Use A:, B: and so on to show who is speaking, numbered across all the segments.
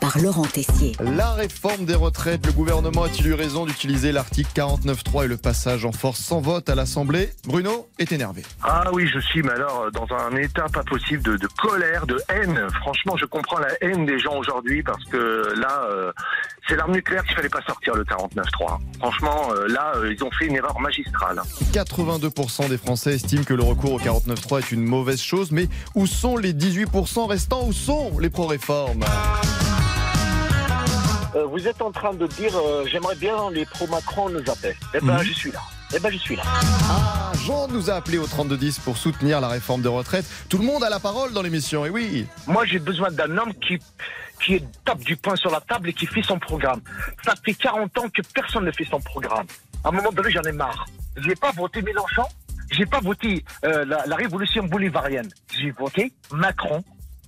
A: par Laurent Tessier.
B: La réforme des retraites, le gouvernement a-t-il eu raison d'utiliser l'article 49.3 et le passage en force sans vote à l'Assemblée Bruno est énervé.
C: Ah oui, je suis, mais alors, euh, dans un état pas possible de, de colère, de haine. Franchement, je comprends la haine des gens aujourd'hui parce que là, euh, c'est l'arme nucléaire qu'il fallait pas sortir le 49.3. Franchement, euh, là, euh, ils ont fait une erreur magistrale.
B: 82% des Français estiment que le recours au 49.3 est une mauvaise chose, mais où sont les 18% restants Où sont les pro-réformes
D: Euh, vous êtes en train de dire euh, j'aimerais bien les pro Macron nous appellent. Eh ben
B: Mhm.
D: je suis là. Eh ben je suis là.
B: Ah, Jean nous a appelé au 3210 pour soutenir la réforme des retraites. Tout le monde a la parole dans l'émission, et oui
D: Moi j'ai besoin d'un homme qui qui tape du poing sur la table et qui fait son programme. Ça fait 40 ans que personne ne fait son programme. À un moment donné j'en ai marre. J'ai pas voté Mélenchon. J'ai pas voté euh, la, la révolution bolivarienne. J'ai voté Macron.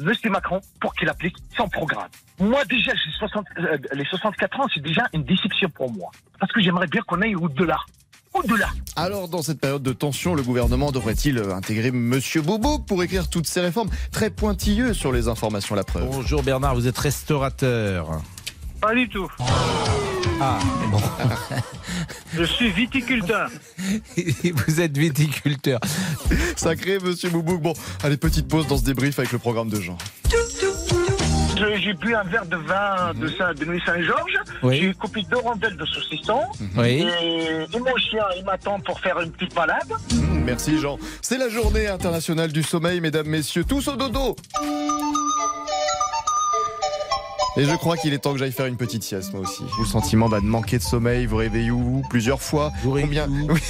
D: Monsieur Macron, pour qu'il applique son programme. Moi, déjà, j'ai 60, euh, les 64 ans, c'est déjà une déception pour moi. Parce que j'aimerais bien qu'on aille au-delà. Au-delà.
B: Alors, dans cette période de tension, le gouvernement devrait-il euh, intégrer Monsieur Boubouk pour écrire toutes ces réformes Très pointilleux sur les informations, la preuve.
E: Bonjour Bernard, vous êtes restaurateur.
F: Pas du tout.
E: Ah, bon.
F: Je suis viticulteur.
E: vous êtes viticulteur.
B: Sacré Monsieur Boubouk. Bon, allez, petite pause dans ce débrief avec le programme de Jean.
D: Je- J'ai bu un verre de vin de, Saint, de Nuit Saint-Georges.
E: Oui.
D: J'ai coupé deux rondelles de saucisson.
E: Oui.
D: Et, et mon chien, il m'attend pour faire une petite balade.
B: Mmh, Merci Jean. C'est la journée internationale du sommeil, mesdames, messieurs, tous au dodo et je crois qu'il est temps que j'aille faire une petite sieste, moi aussi. J'ai eu le sentiment bah, de manquer de sommeil, vous réveillez-vous plusieurs fois.
E: Vous
B: Combien
E: réveillez-vous.
B: Oui.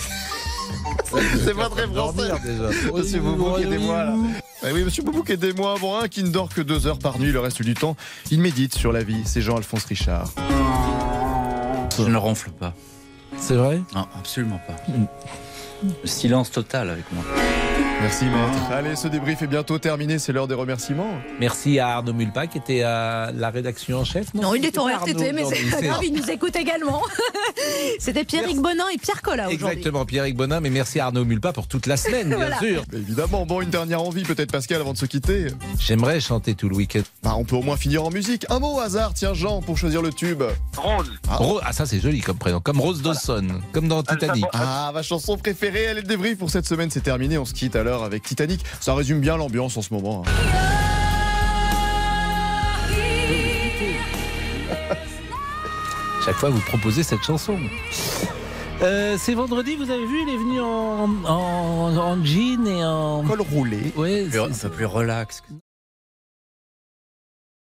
B: C'est pas très français.
E: Dormir, déjà.
B: Monsieur Boubouk, aidez-moi, là. Eh oui, monsieur Boubouk, aidez-moi. Bon, un qui ne dort que deux heures par nuit le reste du temps, il médite sur la vie. C'est Jean-Alphonse Richard.
G: Je ne ronfle pas.
E: C'est vrai
G: Non, absolument pas. Silence total avec moi.
B: Merci, maître. Allez, ce débrief est bientôt terminé. C'est l'heure des remerciements.
E: Merci à Arnaud Mulpa qui était à la rédaction en chef.
H: Non, il
E: c'était
H: est en
E: pas Arnaud
H: RTT, mais
E: aujourd'hui,
H: c'est pas grave, il nous écoute également. C'était Pierrick Bonin et Pierre Collat aujourd'hui.
E: Exactement, Pierrick Bonin, mais merci à Arnaud Mulpa pour toute la semaine, bien
H: Voilà.
E: sûr.
B: Évidemment, bon, une dernière envie, peut-être Pascal, avant de se quitter.
E: J'aimerais chanter tout le week-end.
B: Bah, on peut au moins finir en musique. Un mot au hasard, tiens, Jean, pour choisir le tube.
C: Rose,
B: Ah.
E: Ro- Ah, ça c'est joli comme prénom, comme Rose Dawson, comme dans Titanic.
B: Ah, ma chanson préférée, elle est le débrief pour cette semaine. C'est terminé. On se quitte alors avec Titanic. Ça résume bien l'ambiance en ce moment. hein.
E: Chaque fois, vous proposez cette chanson. Euh, c'est vendredi, vous avez vu, il est venu en, en, en jean et en.
B: Col roulé.
E: Ouais,
G: Plus-
E: c'est-
G: Un peu plus relax.